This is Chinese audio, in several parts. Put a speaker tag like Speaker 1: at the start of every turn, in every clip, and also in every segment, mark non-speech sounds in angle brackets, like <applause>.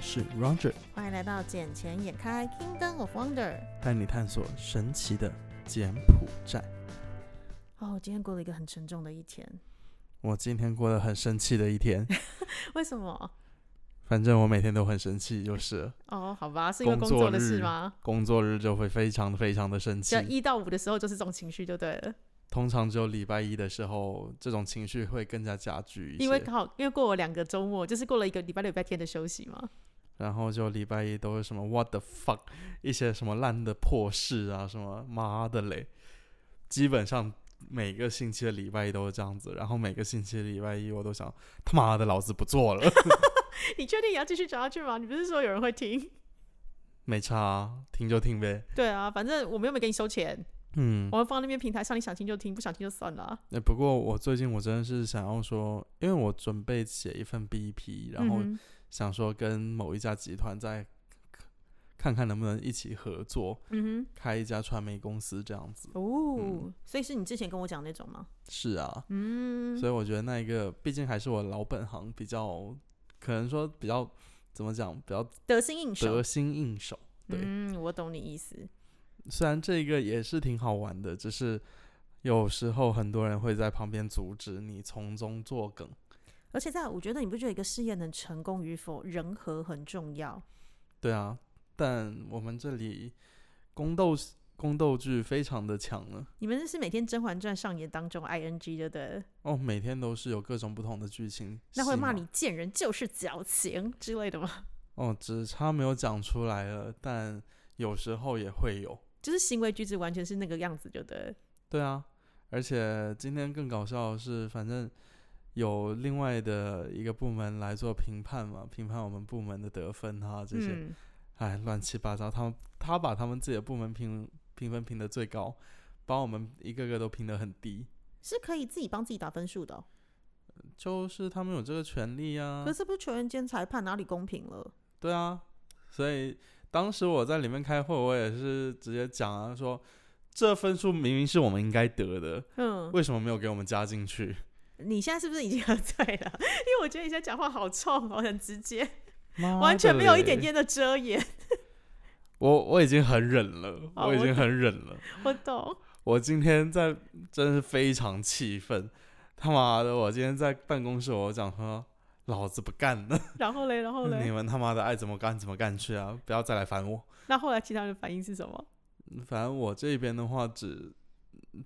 Speaker 1: 是 Roger，
Speaker 2: 欢迎来到《捡钱眼开 Kingdom of Wonder》。
Speaker 1: 带你探索神奇的柬埔寨。
Speaker 2: 哦，今天过了一个很沉重的一天，
Speaker 1: 我今天过得很生气的
Speaker 2: <laughs>
Speaker 1: 一天，
Speaker 2: 为什么？
Speaker 1: 反正我每天都很生气，就是了
Speaker 2: 哦，好吧，是因为
Speaker 1: 工
Speaker 2: 工
Speaker 1: 作
Speaker 2: 作的事
Speaker 1: 日
Speaker 2: 吗？
Speaker 1: 工作日就会非常非常的生气
Speaker 2: 就。一到五的时候就是这种情绪就对了，
Speaker 1: 通常只有礼拜一的时候，这种情绪会更加加剧一
Speaker 2: 因为
Speaker 1: 些。
Speaker 2: 刚好因为过了两个周末，就是过了一个礼拜六、礼拜天的休息 <laughs> 嘛。
Speaker 1: 然后就礼拜一都是什么 “what the fuck”，一些什么烂的破事啊，什么妈的嘞，基本上。每个星期的礼拜一都是这样子，然后每个星期的礼拜一我都想他妈的老子不做了，
Speaker 2: 你确定你要继续讲下去吗？你不是说有人会 <laughs> 听？
Speaker 1: 没差、啊，听就听呗。
Speaker 2: 对啊，反正我们又没给你收钱，
Speaker 1: 嗯，
Speaker 2: 我们放那边平台上，你想听就听，不想听就算了啊。
Speaker 1: 那不过我最近我真的是想要说，因为我准备写一份 BP，然后
Speaker 2: 嗯
Speaker 1: 想说跟某一家集团再看看能不能一起合作，
Speaker 2: 哼嗯
Speaker 1: 开一家传媒公司这样子。
Speaker 2: 哼，哦，所以是你之前跟我讲的那种吗？
Speaker 1: 是啊，
Speaker 2: 嗯，
Speaker 1: 所以我觉得那一个毕竟还是我老本行，比较可能说比较怎么讲，比较
Speaker 2: 得心应手
Speaker 1: 得。心应手。对
Speaker 2: 嗯，我懂你意思。
Speaker 1: 虽然这个也是挺好玩的，只是有时候很多人会在旁边阻止你，从中作梗。
Speaker 2: 而且在我觉得，你不觉得一个事业能成功与否，人和很重要？
Speaker 1: 对啊，但我们这里宫斗宫斗剧非常的强呢。
Speaker 2: 你们是每天《甄嬛传》上演当中 ing 就对了，
Speaker 1: 哦，每天都是有各种不同的剧情。
Speaker 2: 那会
Speaker 1: 戏码
Speaker 2: 骂你贱人就是矫情之类的吗？ <laughs>
Speaker 1: 哦，只差没有讲出来了，但有时候也会有。
Speaker 2: 就是行为举止完全是那个样子就对了。
Speaker 1: 对啊，而且今天更搞笑的是，反正有另外的一个部门来做评判嘛，评判我们部门的得分啊这些，
Speaker 2: 嗯，
Speaker 1: 哎、乱七八糟。他们他把他们自己的部门评评分评的最高，把我们一个个都评得很低。
Speaker 2: 是可以自己帮自己打分数的哦、
Speaker 1: 就是他们有这个权利啊
Speaker 2: 可，是不是球员兼裁判哪里公平了？
Speaker 1: 对啊，所以当时我在里面开会，我也是直接讲啊，说这分数明明是我们应该得的，
Speaker 2: 嗯，
Speaker 1: 为什么没有给我们加进去？
Speaker 2: 你现在是不是已经喝醉了？ <laughs> 因为我觉得你现在讲话好冲哦，很直接，
Speaker 1: 妈
Speaker 2: <laughs> 完全
Speaker 1: 的
Speaker 2: 没有
Speaker 1: 嘞
Speaker 2: 一点，点的遮掩。
Speaker 1: 我我已经很忍了，
Speaker 2: 哦
Speaker 1: 我已
Speaker 2: 我
Speaker 1: 经
Speaker 2: 懂
Speaker 1: 很忍了，
Speaker 2: 我懂， <laughs>
Speaker 1: 我今天在真是非常气愤，他妈的，我今天在办公室我讲说。老子不干了！
Speaker 2: 然后嘞，然后
Speaker 1: <laughs> 你
Speaker 2: 嘞，
Speaker 1: 们他妈的爱怎么干怎么干去啊！不要再来烦我。
Speaker 2: 那后来其他人的反应是什么？
Speaker 1: 反正我这边的话只，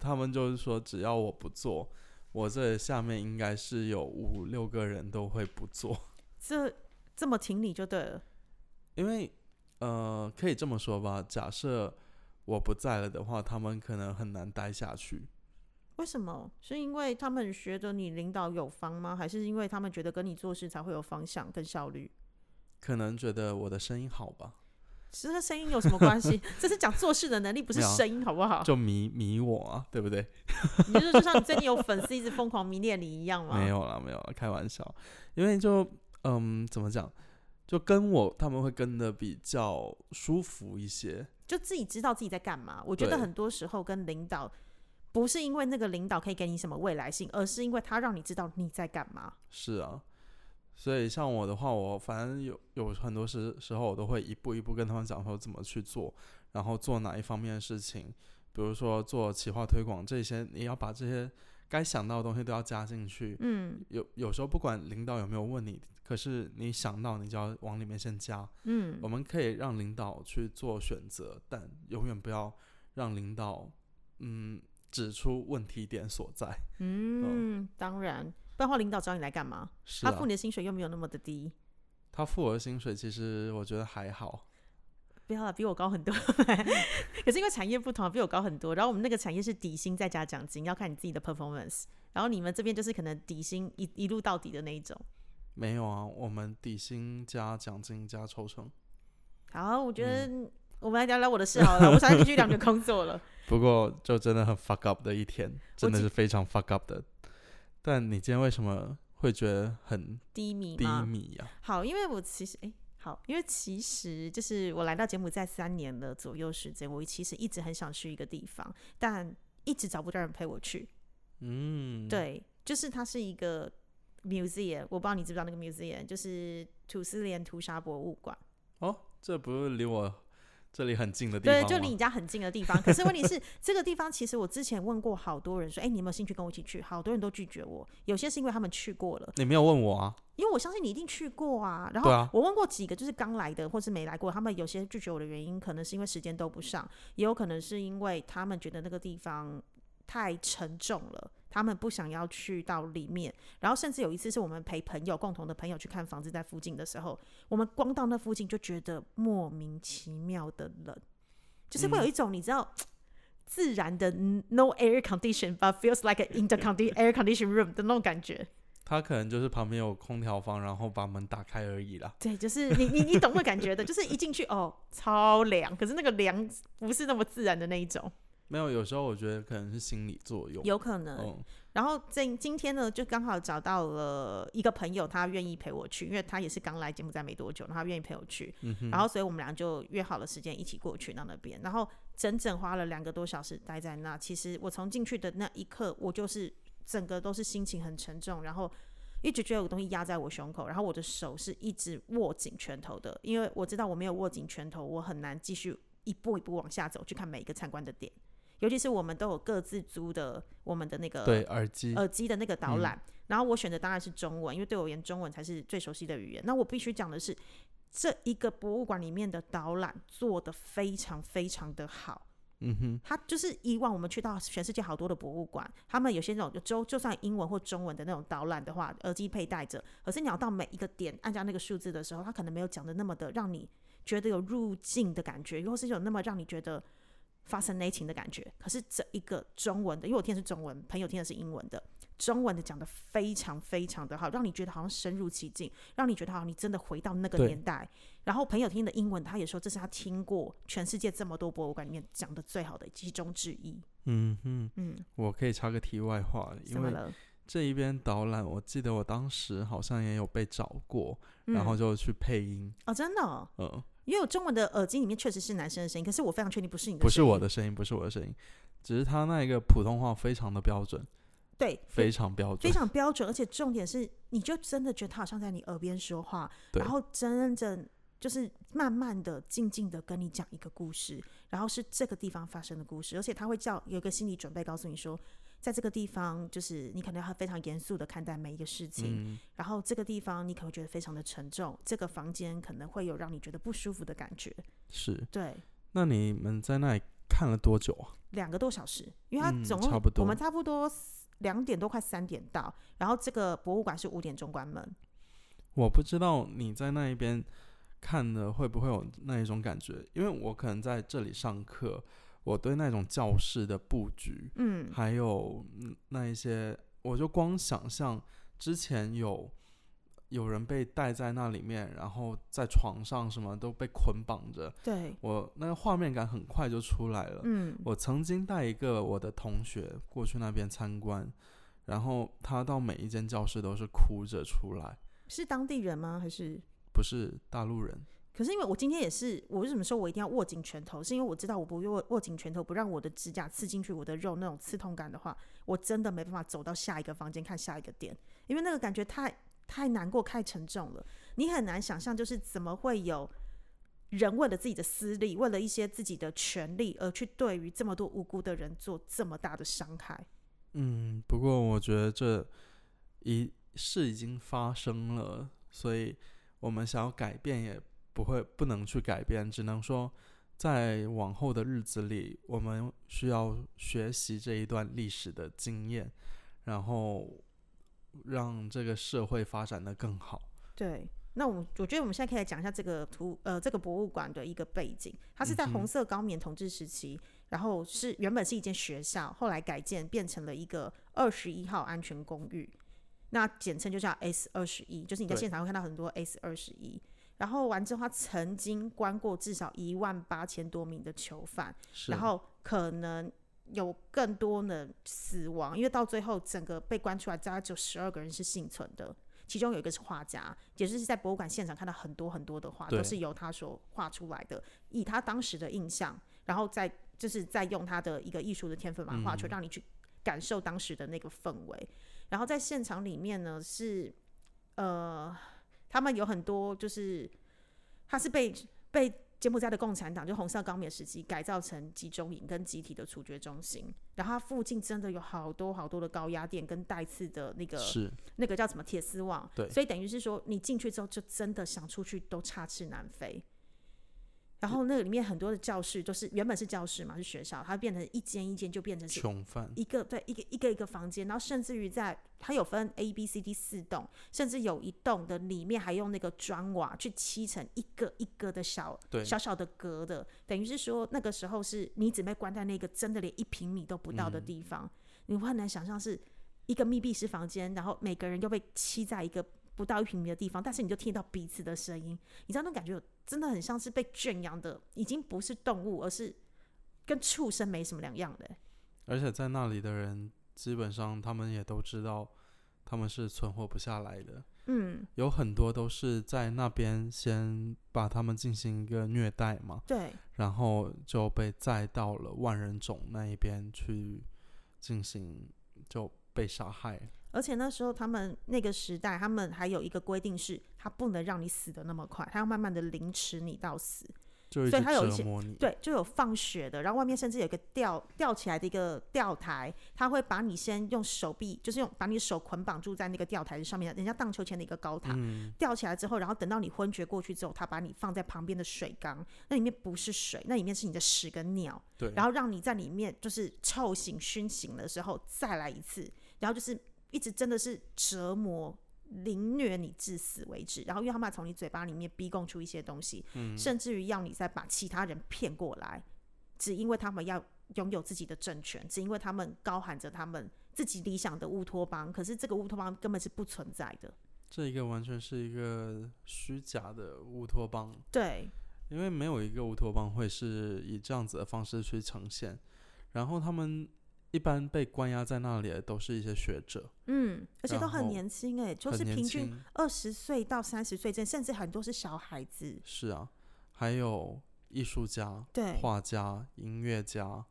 Speaker 1: 他们就是说，只要我不做，我这下面应该是有五六个人都会不做，
Speaker 2: 这这么挺你就对了。
Speaker 1: 因为呃，可以这么说吧，假设我不在了的话，他们可能很难待下去。
Speaker 2: 为什么？是因为他们觉得你领导有方吗？还是因为他们觉得跟你做事才会有方向跟效
Speaker 1: <laughs>
Speaker 2: 率？
Speaker 1: 可能觉得我的声音好吧，
Speaker 2: 其实声音有什么关系？这是讲做事的能力，不是
Speaker 1: 没有啊
Speaker 2: 声音，好不
Speaker 1: <laughs>
Speaker 2: 好？
Speaker 1: 就迷迷我啊，对不对？
Speaker 2: 你就是就像你最近有粉丝一直疯狂迷恋你一样嘛。
Speaker 1: 没，有啦，没有啦，开玩笑。因为就嗯，怎么讲，就跟我他们会跟的比较舒服一些。
Speaker 2: 就自己知道自己在干嘛。我觉得
Speaker 1: 对
Speaker 2: 很多时候跟领导不是因为那个领导可以给你什么未来性，而是因为他让你知道你在干嘛。
Speaker 1: 是啊，所以像我的话，我反正有有很多时时候，我都会一步一步跟他们讲说怎么去做，然后做哪一方面的事情，比如说做企划推广这些，你要把这些该想到的东西都要加进去。
Speaker 2: 嗯
Speaker 1: 有有时候不管领导有没有问你，可是你想到你就要往里面先加。
Speaker 2: 嗯
Speaker 1: 我，们可以让领导去做选择，但永远不要让领导嗯指出问题点所在。
Speaker 2: 嗯，当然，不然的话领导找你来干嘛？
Speaker 1: 哦是
Speaker 2: 他
Speaker 1: 啊
Speaker 2: 付，你的薪水又没有那么的低。
Speaker 1: 他付我的薪水其实我觉得还好。
Speaker 2: 不要了，比我高很多。 <laughs> 可是因为产业不同，啊比我高很多。然后我们那个产业是底薪再加奖金，要看你自己的 performance。然后你们这边就是可能底薪一一路到底的那一种。
Speaker 1: 没有啊，我们底薪加奖金加抽成。
Speaker 2: 好，我觉得
Speaker 1: 嗯
Speaker 2: 我们来聊聊我的事好了。
Speaker 1: <laughs>
Speaker 2: 我想要继续聊你的工作了。
Speaker 1: 不过就真的很 fuck up 的一天，真的
Speaker 2: 记
Speaker 1: 是非常 fuck up 的。但你今天为什么会觉得很
Speaker 2: 低迷
Speaker 1: 低
Speaker 2: 吗？
Speaker 1: 迷啊呀、
Speaker 2: 好，因为我其实诶，好，因为其实就是我来到柬埔寨三年了左右时间，我其实一直很想去一个地方，但一直找不到人陪我去。
Speaker 1: 嗯，，
Speaker 2: 对，就是它是一个 museum，我不知道你知不知道那个 museum，就是土司连屠杀博物馆。
Speaker 1: 哦，这不是离我这里很近的地方
Speaker 2: 对，
Speaker 1: 吗？
Speaker 2: 就离你家很近的地方。可是问题是， <laughs> 这个地方其实我之前问过好多人说，哎、你有没有兴趣跟我一起去？好多人都拒绝我，有些是因为他们去过了，
Speaker 1: 你没有问我啊？
Speaker 2: 因为我相信你一定去过啊。然
Speaker 1: 对
Speaker 2: 后
Speaker 1: 啊
Speaker 2: 我问过几个就是刚来的或是没来过，他们有些拒绝我的原因，可能是因为时间都不上，也有可能是因为他们觉得那个地方太沉重了。他们不想要去到里面，然后甚至有一次是我们陪朋友共同的朋友去看房子在附近的时候，我们光到那附近就觉得莫名其妙的冷，就是会有
Speaker 1: 嗯
Speaker 2: 一种你知道、自然的 no air condition but feels like an inter condi- air condition room 的那种感觉。
Speaker 1: 他可能就是旁边有空调房，然后把门打开而已啦。
Speaker 2: 对，就是你你你懂那感觉的，就是一进去哦，超凉，可是那个凉不是那么自然的那一种，
Speaker 1: 没有，有时候我觉得可能是心理作用。
Speaker 2: 有呃可能。
Speaker 1: 嗯，
Speaker 2: 然后今今天呢，就刚好找到了一个朋友，他愿意陪我去，因为他也是刚来柬埔寨没多久，然后他愿意陪我去，然后所以我们俩就约好了时间一起过去到那边，然后整整花了两个多小时待在那。其实我从进去的那一刻，我就是整个都是心情很沉重，然后。一直觉得有个东西压在我胸口，然后我的手是一直握紧拳头的，因为我知道我没有握紧拳头，我很难继续一步一步往下走去看每一个参观的点。尤其是我们都有各自租的我们的那个
Speaker 1: 对，耳机。
Speaker 2: 耳机的那个导览，然后我选的当然是中文，因为对我而言中文才是最熟悉的语言。那我必须讲的是，这一个博物馆里面的导览做的非常非常的好。
Speaker 1: 嗯哼，
Speaker 2: 它就是以往我们去到全世界好多的博物馆，他们有些那种就就算英文或中文的那种导览的话，呃耳机佩戴着，可是你要到每一个点按下那个数字的时候，它可能没有讲的那么的让你觉得有入境的感觉，或是有那么让你觉得 fascinating 的感觉。可是这一个中文的，因为我听的是中文，朋友听的是英文的，中文的讲的非常非常的好，让你觉得好像深入其境，让你觉得好像你真的回到那个
Speaker 1: 对
Speaker 2: 年代。然后朋友听的英文，他也说这是他听过全世界这么多博物馆里面讲的最好的其中之一。
Speaker 1: 嗯哼，
Speaker 2: 嗯，
Speaker 1: 我可以插个题外话，
Speaker 2: 怎
Speaker 1: 因
Speaker 2: 么
Speaker 1: 为
Speaker 2: 了？
Speaker 1: 这一边导览，我记得我当时好像也有被找过，
Speaker 2: 嗯
Speaker 1: 然后就去配音。
Speaker 2: 哦，真的哦、
Speaker 1: 嗯，
Speaker 2: 因为我中文的耳机里面确实是男生的声音，可是我非常确定不是你的，
Speaker 1: 不是我的。声音，不是我的声音，只是他那个普通话非常的标准，
Speaker 2: 对，
Speaker 1: 非常标
Speaker 2: 非
Speaker 1: 准。
Speaker 2: 常标准，而且重点是，你就真的觉得他好像在你耳边说话，
Speaker 1: 对
Speaker 2: 然后真正就是慢慢的、静静的跟你讲一个故事，然后是这个地方发生的故事，而且他会叫有一个心理准备，告诉你说，在这个地方，就是你可能要非常严肃的看待每一个事情，
Speaker 1: 嗯，
Speaker 2: 然后这个地方你可能会觉得非常的沉重，这个房间可能会有让你觉得不舒服的感觉，
Speaker 1: 是。
Speaker 2: 对。
Speaker 1: 那你们在那里看了多久啊？
Speaker 2: 两个多小时，因为它
Speaker 1: 嗯
Speaker 2: 总共、
Speaker 1: 差不
Speaker 2: 我
Speaker 1: 多
Speaker 2: 们差不多两点多快三点到，然后这个博物馆是五点钟关门，
Speaker 1: 我不知道你在那一边看的会不会有那一种感觉，因为我可能在这里上课，我对那种教室的布局，
Speaker 2: 嗯，
Speaker 1: 还有嗯那一些，我就光想象之前有有人被带在那里面，然后在床上什么都被捆绑着，
Speaker 2: 对，
Speaker 1: 我那个画面感很快就出来了。
Speaker 2: 嗯，
Speaker 1: 我曾经带一个我的同学过去那边参观，然后他到每一间教室都是哭着出来。
Speaker 2: 是当地人吗？还是？
Speaker 1: 不是大陆人，
Speaker 2: 可是因为我今天也是，我为什么说我一定要握紧拳头？是因为我知道我不握握紧拳头，不让我的指甲刺进去我的肉那种刺痛感的话，我真的没办法走到下一个房间看下一个点，因为那个感觉太太难过、太沉重了。你很难想象，就是怎么会有人为了自己的私利，为了一些自己的权利，而去对于这么多无辜的人做这么大的伤害。
Speaker 1: 嗯，不过我觉得这一事已经发生了，所以我们想要改变也不会不能去改变，只能说在往后的日子里，我们需要学习这一段历史的经验，然后让这个社会发展的更好。
Speaker 2: 对，那我们我觉得我们现在可以来讲一下这个图呃这个博物馆的一个背景，它是在
Speaker 1: 嗯哼
Speaker 2: 红色高棉统治时期，然后是原本是一间学校，后来改建变成了一个二十一号安全公寓，那简称就叫 S 二十一，就是你在
Speaker 1: 对
Speaker 2: 现场会看到很多 S 二十一。然后完之后，他曾经关过至少一万八千多名的囚犯，
Speaker 1: 是，
Speaker 2: 然后可能有更多人死亡，因为到最后整个被关出来，大概只有十二个人是幸存的，其中有一个是画家，也就是在博物馆现场看到很多很多的画，
Speaker 1: 对
Speaker 2: 都是由他所画出来的，以他当时的印象，然后再
Speaker 1: 嗯
Speaker 2: 就是再用他的一个艺术的天分把它画出来，让你去感受当时的那个氛围。然后在现场里面呢是呃，他们有很多就是他是被被柬埔寨的共产党就红色高棉时期改造成集中营跟集体的处决中心，然后它附近真的有好多好多的高压电跟带刺的那个
Speaker 1: 是
Speaker 2: 那个叫什么铁丝网，
Speaker 1: 对
Speaker 2: 所以等于是说你进去之后就真的想出去都插翅难飞。然后那个里面很多的教室都是原本是教室嘛，是学校，它变成一间一间就变成是
Speaker 1: 穷犯，
Speaker 2: 一个对一个一个一个房间，然后甚至于在它有分 A、B、C、D 四栋，甚至有一栋的里面还用那个砖瓦去砌成一个一个的小
Speaker 1: 对
Speaker 2: 小小的格的，等于是说那个时候是你只被关在那个真的连一平米都不到的地方，你会很难想象是一个密闭式房间，然后每个人又被砌在一个不到一平米的地方，但是你就听到彼此的声音，你知道那种感觉有真的很像是被圈养的，已经不是动物，而是跟畜生没什么两样的、
Speaker 1: 而且在那里的人基本上他们也都知道他们是存活不下来的，
Speaker 2: 嗯，
Speaker 1: 有很多都是在那边先把他们进行一个虐待嘛，
Speaker 2: 对，
Speaker 1: 然后就被载到了万人冢那一边去进行就被杀害。
Speaker 2: 而且那时候他们那个时代，他们还有一个规定是，他不能让你死的那么快，他要慢慢的凌迟你到死。
Speaker 1: 就一
Speaker 2: 所
Speaker 1: 直
Speaker 2: 以它有一
Speaker 1: 折
Speaker 2: 些
Speaker 1: 磨你，
Speaker 2: 对，就有放血的，然后外面甚至有一个吊吊起来的一个吊台，他会把你先用手臂，就是用把你手捆绑住在那个吊台上面，人家荡秋千的一个高
Speaker 1: 嗯
Speaker 2: 塔，吊起来之后，然后等到你昏厥过去之后，他把你放在旁边的水缸，那里面不是水，那里面是你的屎跟尿，
Speaker 1: 对
Speaker 2: 然后让你在里面就是臭醒、熏醒的时候再来一次，然后就是一直真的是折磨。凌虐你致死为止，然后因为他们要从你嘴巴里面逼供出一些东西，
Speaker 1: 嗯
Speaker 2: 甚至于要你再把其他人骗过来，只因为他们要拥有自己的政权，只因为他们高喊着他们自己理想的乌托邦，可是这个乌托邦根本是不存在的。
Speaker 1: 这一个完全是一个虚假的乌托邦，
Speaker 2: 对，
Speaker 1: 因为没有一个乌托邦会是以这样子的方式去呈现。然后他们一般被关押在那里的都是一些学者，
Speaker 2: 嗯，而且都
Speaker 1: 然
Speaker 2: 很
Speaker 1: 后
Speaker 2: 年轻哎、就
Speaker 1: 很
Speaker 2: 是
Speaker 1: 年
Speaker 2: 平均
Speaker 1: 轻
Speaker 2: 二十岁到三十岁之间，甚至很多是小孩子。
Speaker 1: 是啊，还有艺术家、
Speaker 2: 对，
Speaker 1: 画家、音乐家，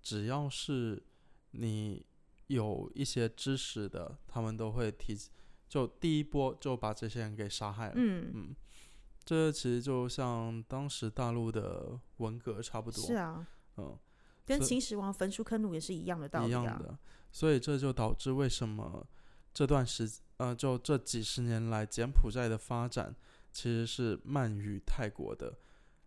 Speaker 1: 只要是你有一些知识的，他们都会提，就第一波就把这些人给杀害了。
Speaker 2: 嗯，
Speaker 1: 嗯，这其实就像当时大陆的文革差不多，
Speaker 2: 是啊，
Speaker 1: 嗯，
Speaker 2: 跟
Speaker 1: 所以
Speaker 2: 秦始皇焚书坑儒也是一样的道
Speaker 1: 一
Speaker 2: 理
Speaker 1: 样
Speaker 2: 啊。
Speaker 1: 的。所以这就导致为什么这段时，呃，就这几十年来柬埔寨的发展其实是慢于泰国的。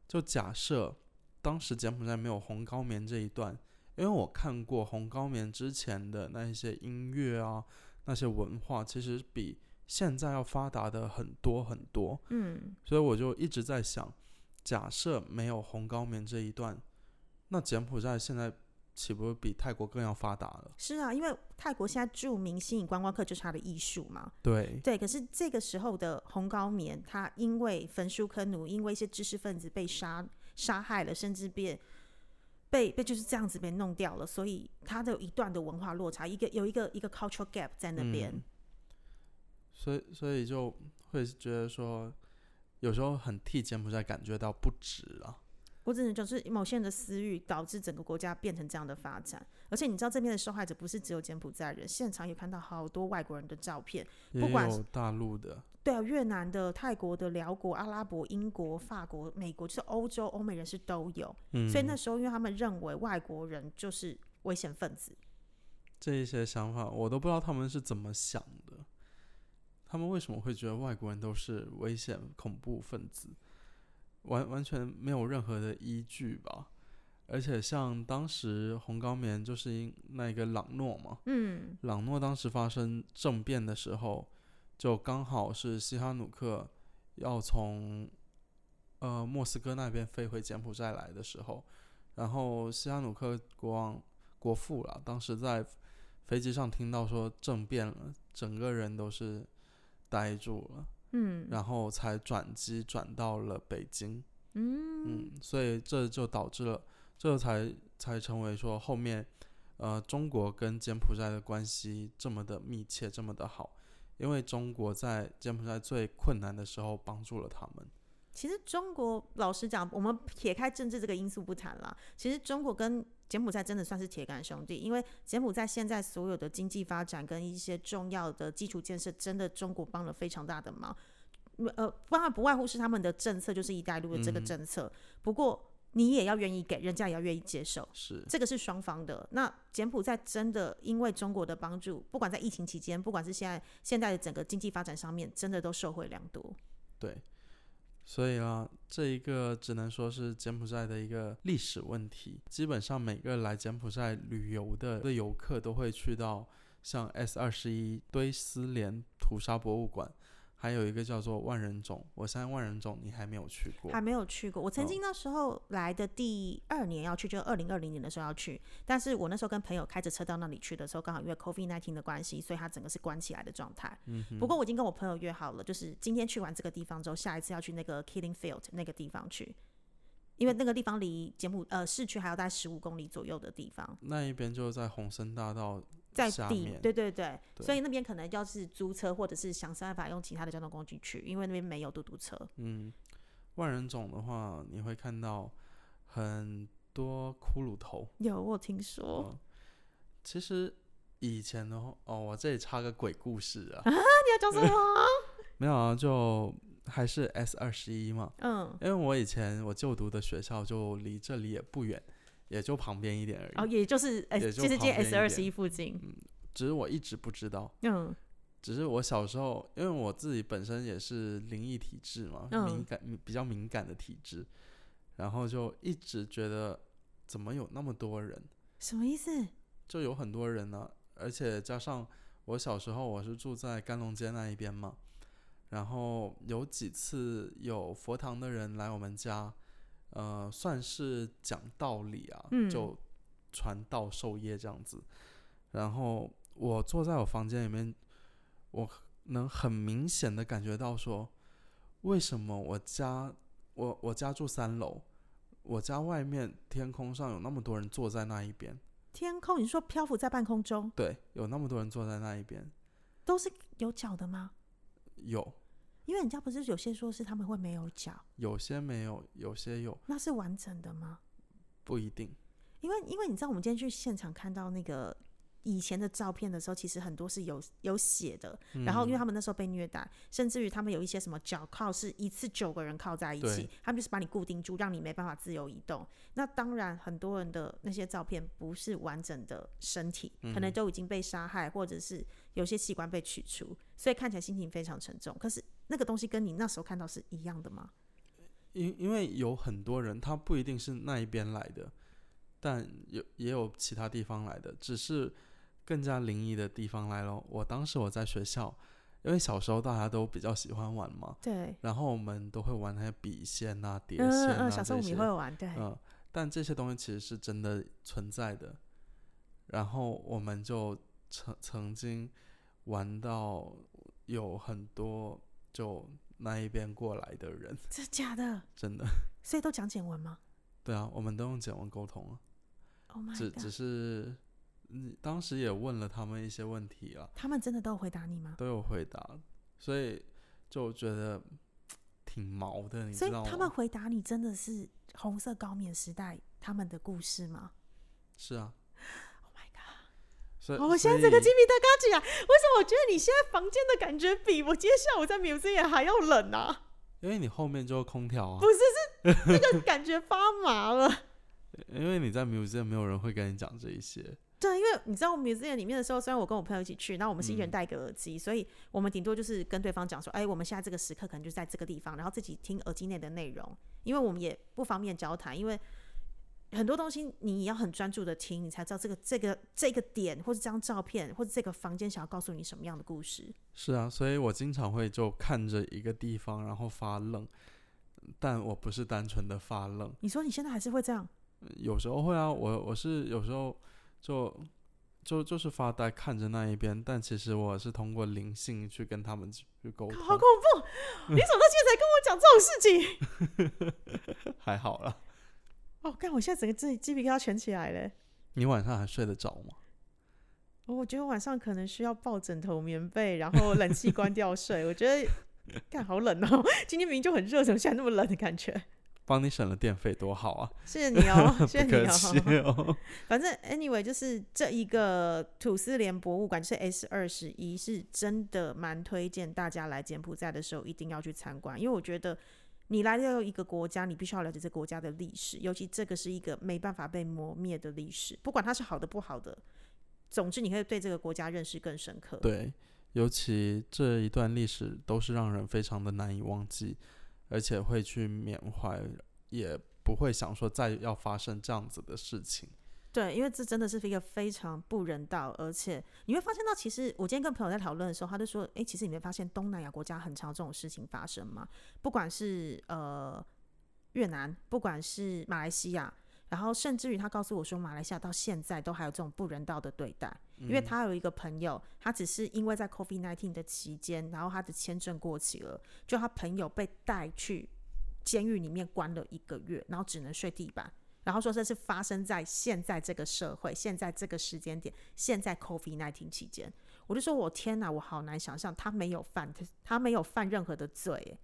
Speaker 1: 就假设当时柬埔寨没有红高棉这一段，因为我看过红高棉之前的那一些音乐啊，那些文化，其实比现在要发达的很多很多。
Speaker 2: 嗯，
Speaker 1: 所以我就一直在想，假设没有红高棉这一段，那柬埔寨现在岂不是比泰国更要发达了？
Speaker 2: 是啊，因为泰国现在著名吸引观光客就是它的艺术嘛。
Speaker 1: 对，
Speaker 2: 对，可是这个时候的红高棉，他因为焚书坑儒，因为一些知识分子被杀杀害了，甚至被被被就是这样子被弄掉了，所以他的有一段的文化落差，一个有一个一个 cultural gap 在那边。
Speaker 1: 嗯所以所以就会觉得说，有时候很替柬埔寨感觉到不值啊。
Speaker 2: 我只能讲是某些人的私欲导致整个国家变成这样的发展，而且你知道这边的受害者不是只有柬埔寨人，现场也看到好多外国人的照片，
Speaker 1: 也
Speaker 2: 不管是
Speaker 1: 有大陆的，
Speaker 2: 对啊，越南的、泰国的、辽国、阿拉伯、英国、法国、美国，就是欧洲、欧美人士都有。
Speaker 1: 嗯，
Speaker 2: 所以那时候，因为他们认为外国人就是危险分子，
Speaker 1: 这一些想法我都不知道他们是怎么想的，他们为什么会觉得外国人都是危险恐怖分子，完完全没有任何的依据吧？而且像当时红高棉就是因那个朗诺嘛，
Speaker 2: 嗯，
Speaker 1: 朗诺当时发生政变的时候，就刚好是西哈努克要从呃莫斯科那边飞回柬埔寨来的时候，然后西哈努克国王国父啦，当时在飞机上听到说政变了，整个人都是呆住了，
Speaker 2: 嗯
Speaker 1: 然后才转机转到了北京。嗯，所以这就导致了，这才才成为说后面，呃，中国跟柬埔寨的关系这么的密切，这么的好，因为中国在柬埔寨最困难的时候帮助了他们。
Speaker 2: 其实中国老实讲，我们撇开政治这个因素不谈啦，其实中国跟柬埔寨真的算是铁杆兄弟，因为柬埔寨现在所有的经济发展跟一些重要的基础建设，真的中国帮了非常大的忙。呃，当然不外乎是他们的政策，就是“一带一路”的这个政策。不过你也要愿意给，人家也要愿意接受。
Speaker 1: 是
Speaker 2: 这个是双方的。那柬埔寨真的因为中国的帮助，不管在疫情期间，不管是现在现在的整个经济发展上面，真的都受惠良多。
Speaker 1: 对。所以啊，这一个只能说是柬埔寨的一个历史问题。基本上每个来柬埔寨旅游的的游客都会去到像 S 二十一堆丝连屠杀博物馆，还有一个叫做万人冢。我相信万人冢你还没有去过，嗯
Speaker 2: 还没有去过。我曾经那时候来的第二年要去，就二零二零年的时候要去，但是我那时候跟朋友开着车到那里去的时候，刚好因为 COVID nineteen 的关系，所以它整个是关起来的状态。嗯、不过我已经跟我朋友约好了，就是今天去完这个地方之后，下一次要去那个 Killing Field 那个地方去，因为那个地方离柬埔呃市区还要大概十五公里左右的地方。
Speaker 1: 那一边就在红参大道
Speaker 2: 在
Speaker 1: 下
Speaker 2: 底
Speaker 1: 面，
Speaker 2: 对对对，
Speaker 1: 对
Speaker 2: 所以那边可能要是租车，或者是想办法用其他的交通工具去，因为那边没有嘟嘟车。
Speaker 1: 嗯，万人冢的话，你会看到很多骷髅头。
Speaker 2: 有，我有听说。
Speaker 1: 嗯，其实以前的话，哦，我这里插个鬼故事啊，
Speaker 2: 你要讲什么？ <laughs>
Speaker 1: 没有啊，就还是 S 二十一嘛。
Speaker 2: 嗯，
Speaker 1: 因为我以前我就读的学校就离这里也不远，也就旁边一点而
Speaker 2: 哦，
Speaker 1: 已。
Speaker 2: 也就是哎，
Speaker 1: 也
Speaker 2: 就
Speaker 1: 就
Speaker 2: 是
Speaker 1: 旁
Speaker 2: 接
Speaker 1: 边一
Speaker 2: S 二十一
Speaker 1: 点嗯
Speaker 2: 附近。
Speaker 1: 只是我一直不知道，
Speaker 2: 嗯
Speaker 1: 只是我小时候，因为我自己本身也是灵异体质嘛，
Speaker 2: 嗯
Speaker 1: 敏感比较敏感的体质，然后就一直觉得怎么有那么多人，
Speaker 2: 什么意思？
Speaker 1: 就有很多人呢、而且加上我小时候我是住在甘龙街那一边嘛，然后有几次有佛堂的人来我们家，呃，算是讲道理啊，
Speaker 2: 嗯
Speaker 1: 就传道授业这样子。然后我坐在我房间里面，我能很明显的感觉到说，为什么我家我我家住三楼，我家外面天空上有那么多人坐在那一边。
Speaker 2: 天空？你说漂浮在半空中
Speaker 1: 对，有那么多人坐在那一边，
Speaker 2: 都是有脚的吗？
Speaker 1: 有
Speaker 2: 因为人家不是有些说是他们会没有脚，
Speaker 1: 有些没有，有些有，
Speaker 2: 那是完整的吗？
Speaker 1: 不一定。
Speaker 2: 因为因为你知道，我们今天去现场看到那个以前的照片的时候，其实很多是有有血的。
Speaker 1: 嗯
Speaker 2: 然后因为他们那时候被虐待，甚至于他们有一些什么脚铐是一次九个人铐在一起
Speaker 1: 对，
Speaker 2: 他们就是把你固定住，让你没办法自由移动。那当然，很多人的那些照片不是完整的身体，可
Speaker 1: 嗯
Speaker 2: 能都已经被杀害，或者是有些器官被取出，所以看起来心情非常沉重。可是那个东西跟你那时候看到是一样的吗？
Speaker 1: 因因为有很多人，他不一定是那一边来的，但有也有其他地方来的，只是更加灵异的地方来了。我当时我在学校，因为小时候大家都比较喜欢玩嘛，
Speaker 2: 对，
Speaker 1: 然后我们都会玩那些笔仙啊、碟
Speaker 2: 嗯
Speaker 1: 仙
Speaker 2: 嗯
Speaker 1: 啊、
Speaker 2: 嗯，小时候我们
Speaker 1: 这些
Speaker 2: 也。会玩，对，
Speaker 1: 嗯，但这些东西其实是真的存在的。然后我们就曾曾经玩到有很多就那一边过来的人，
Speaker 2: 这假的，
Speaker 1: 真的，
Speaker 2: 所以都讲简文吗
Speaker 1: 对啊，我们都用简文沟通啊，
Speaker 2: ？Oh my
Speaker 1: 只
Speaker 2: god！
Speaker 1: 只是嗯，当时也问了他们一些问题啊，
Speaker 2: 他们真的都有回答你吗？
Speaker 1: 都有回答，所以就觉得挺毛的，你
Speaker 2: 所
Speaker 1: 知
Speaker 2: 以
Speaker 1: 道吗？
Speaker 2: 他们回答你真的是红色高棉时代他们的故事吗
Speaker 1: 是啊，
Speaker 2: ？Oh my god！
Speaker 1: 所以、
Speaker 2: 哦我现在
Speaker 1: 所
Speaker 2: 整个
Speaker 1: 以
Speaker 2: 鸡皮疙瘩起来， <laughs> 为什么我觉得你现在房间的感觉比我今天下午在 museum 还要冷啊？ <laughs>
Speaker 1: 因为你后面就是空调啊，
Speaker 2: 不是，是那个感觉发麻了。
Speaker 1: 因为你在 museum 没有人会跟你讲这一些，
Speaker 2: 对，因为你知道我们 museum 里面的时候，虽然我跟我朋友一起去，那我们是一人戴一个耳机，所以我们顶多就是跟对方讲说，哎，我们现在这个时刻可能就在这个地方，然后自己听耳机内的内容，因为我们也不方便交谈，因为很多东西你要很专注的听，你才知道这个这个这个点或者这张照片或者这个房间想要告诉你什么样的故事。
Speaker 1: 是啊，所以我经常会就看着一个地方然后发愣，但我不是单纯的发愣，
Speaker 2: 你说你现在还是会这样？
Speaker 1: 有时候会啊，我我是有时候就就就是发呆看着那一边，但其实我是通过灵性去跟他们去去沟
Speaker 2: 好恐
Speaker 1: 通，
Speaker 2: 怖！你怎么到现在才跟我讲这种事情？ <laughs>
Speaker 1: 还好啦。
Speaker 2: 哦，看我现在整个鸡鸡皮疙瘩全起来了。
Speaker 1: 你晚上还睡得着吗？
Speaker 2: 哦我觉得晚上可能需要抱枕头、棉被，然后冷气关掉睡。我觉得干好冷哦，今天明明就很热，怎么现在那么冷的感觉？
Speaker 1: 帮你省了电费，多好啊！
Speaker 2: 谢谢你哦，谢谢
Speaker 1: <laughs> 不
Speaker 2: 你
Speaker 1: 客气
Speaker 2: 哦。
Speaker 1: 哦。
Speaker 2: 反正 anyway 就是这一个土司联博物馆，就是 S 二十一，是真的蛮推荐大家来柬埔寨的时候一定要去参观，因为我觉得你来到一个国家，你必须要了解这国家的历史，尤其这个是一个没办法被磨灭的历史，不管它是好的不好的，总之你会对这个国家认识更深刻。
Speaker 1: 对，尤其这一段历史都是让人非常的难以忘记，而且会去缅怀，也不会想说再要发生这样子的事情。
Speaker 2: 对，因为这真的是一个非常不人道，而且你会发现到，其实我今天跟朋友在讨论的时候，他就说，诶，其实你没发现东南亚国家很常有这种事情发生吗？不管是呃越南，不管是马来西亚，然后甚至于他告诉我说，马来西亚到现在都还有这种不人道的对待，因
Speaker 1: 嗯
Speaker 2: 为他有一个朋友，他只是因为在 COVID nineteen 的期间，然后他的签证过期了，就他朋友被带去监狱里面关了一个月，然后只能睡地板。然后说这是发生在现在这个社会、现在这个时间点、现在 COVID nineteen 期间，我就说我天哪，我好难想象他没有犯他他没有犯任何的罪耶，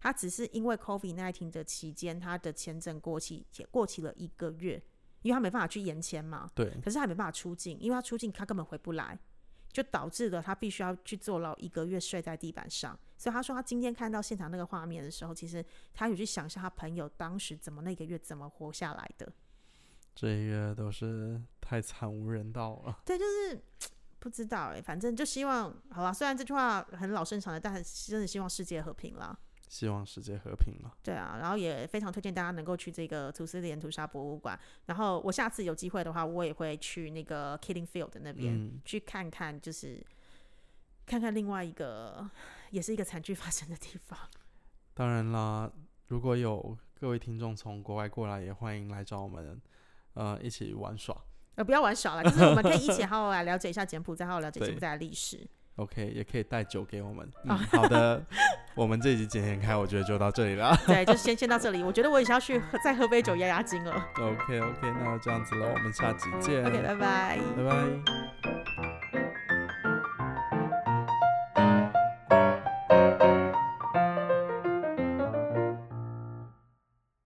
Speaker 2: 他只是因为 COVID nineteen 的期间，他的签证过期，也过期了一个月，因为他没办法去延签嘛，
Speaker 1: 对，
Speaker 2: 可是他没办法出境，因为他出境他根本回不来，就导致了他必须要去坐牢一个月，睡在地板上。所以他说，他今天看到现场那个画面的时候，其实他有去想象他朋友当时怎么那个月怎么活下来的。
Speaker 1: 这个都是太惨无人道了。
Speaker 2: 对，就是不知道哎、反正就希望好啦。虽然这句话很老生常谈，但还是真的希望世界和平啦。
Speaker 1: 希望世界和平了。
Speaker 2: 对啊，然后也非常推荐大家能够去这个图斯连屠杀博物馆。然后我下次有机会的话，我也会去那个 Killing Field 那边、
Speaker 1: 嗯，
Speaker 2: 去看看，就是看看另外一个也是一个惨剧发生的地方。 <laughs>
Speaker 1: 当然啦，如果有各位听众从国外过来，也欢迎来找我们，呃，一起玩耍。
Speaker 2: 呃，不要玩耍了，就是我们可以一起好好来了解一下柬埔寨，好好了解柬埔寨的历史。
Speaker 1: OK，也可以带酒给我们。
Speaker 2: 啊
Speaker 1: 嗯，好的，我们这一集剪剪开，我觉得就到这里了。
Speaker 2: 对，就先先到这里。我觉得我也是要去喝再喝杯酒压压惊了。
Speaker 1: OK OK，那就这样子了，我们下集见，
Speaker 2: OK，拜拜。
Speaker 1: 拜拜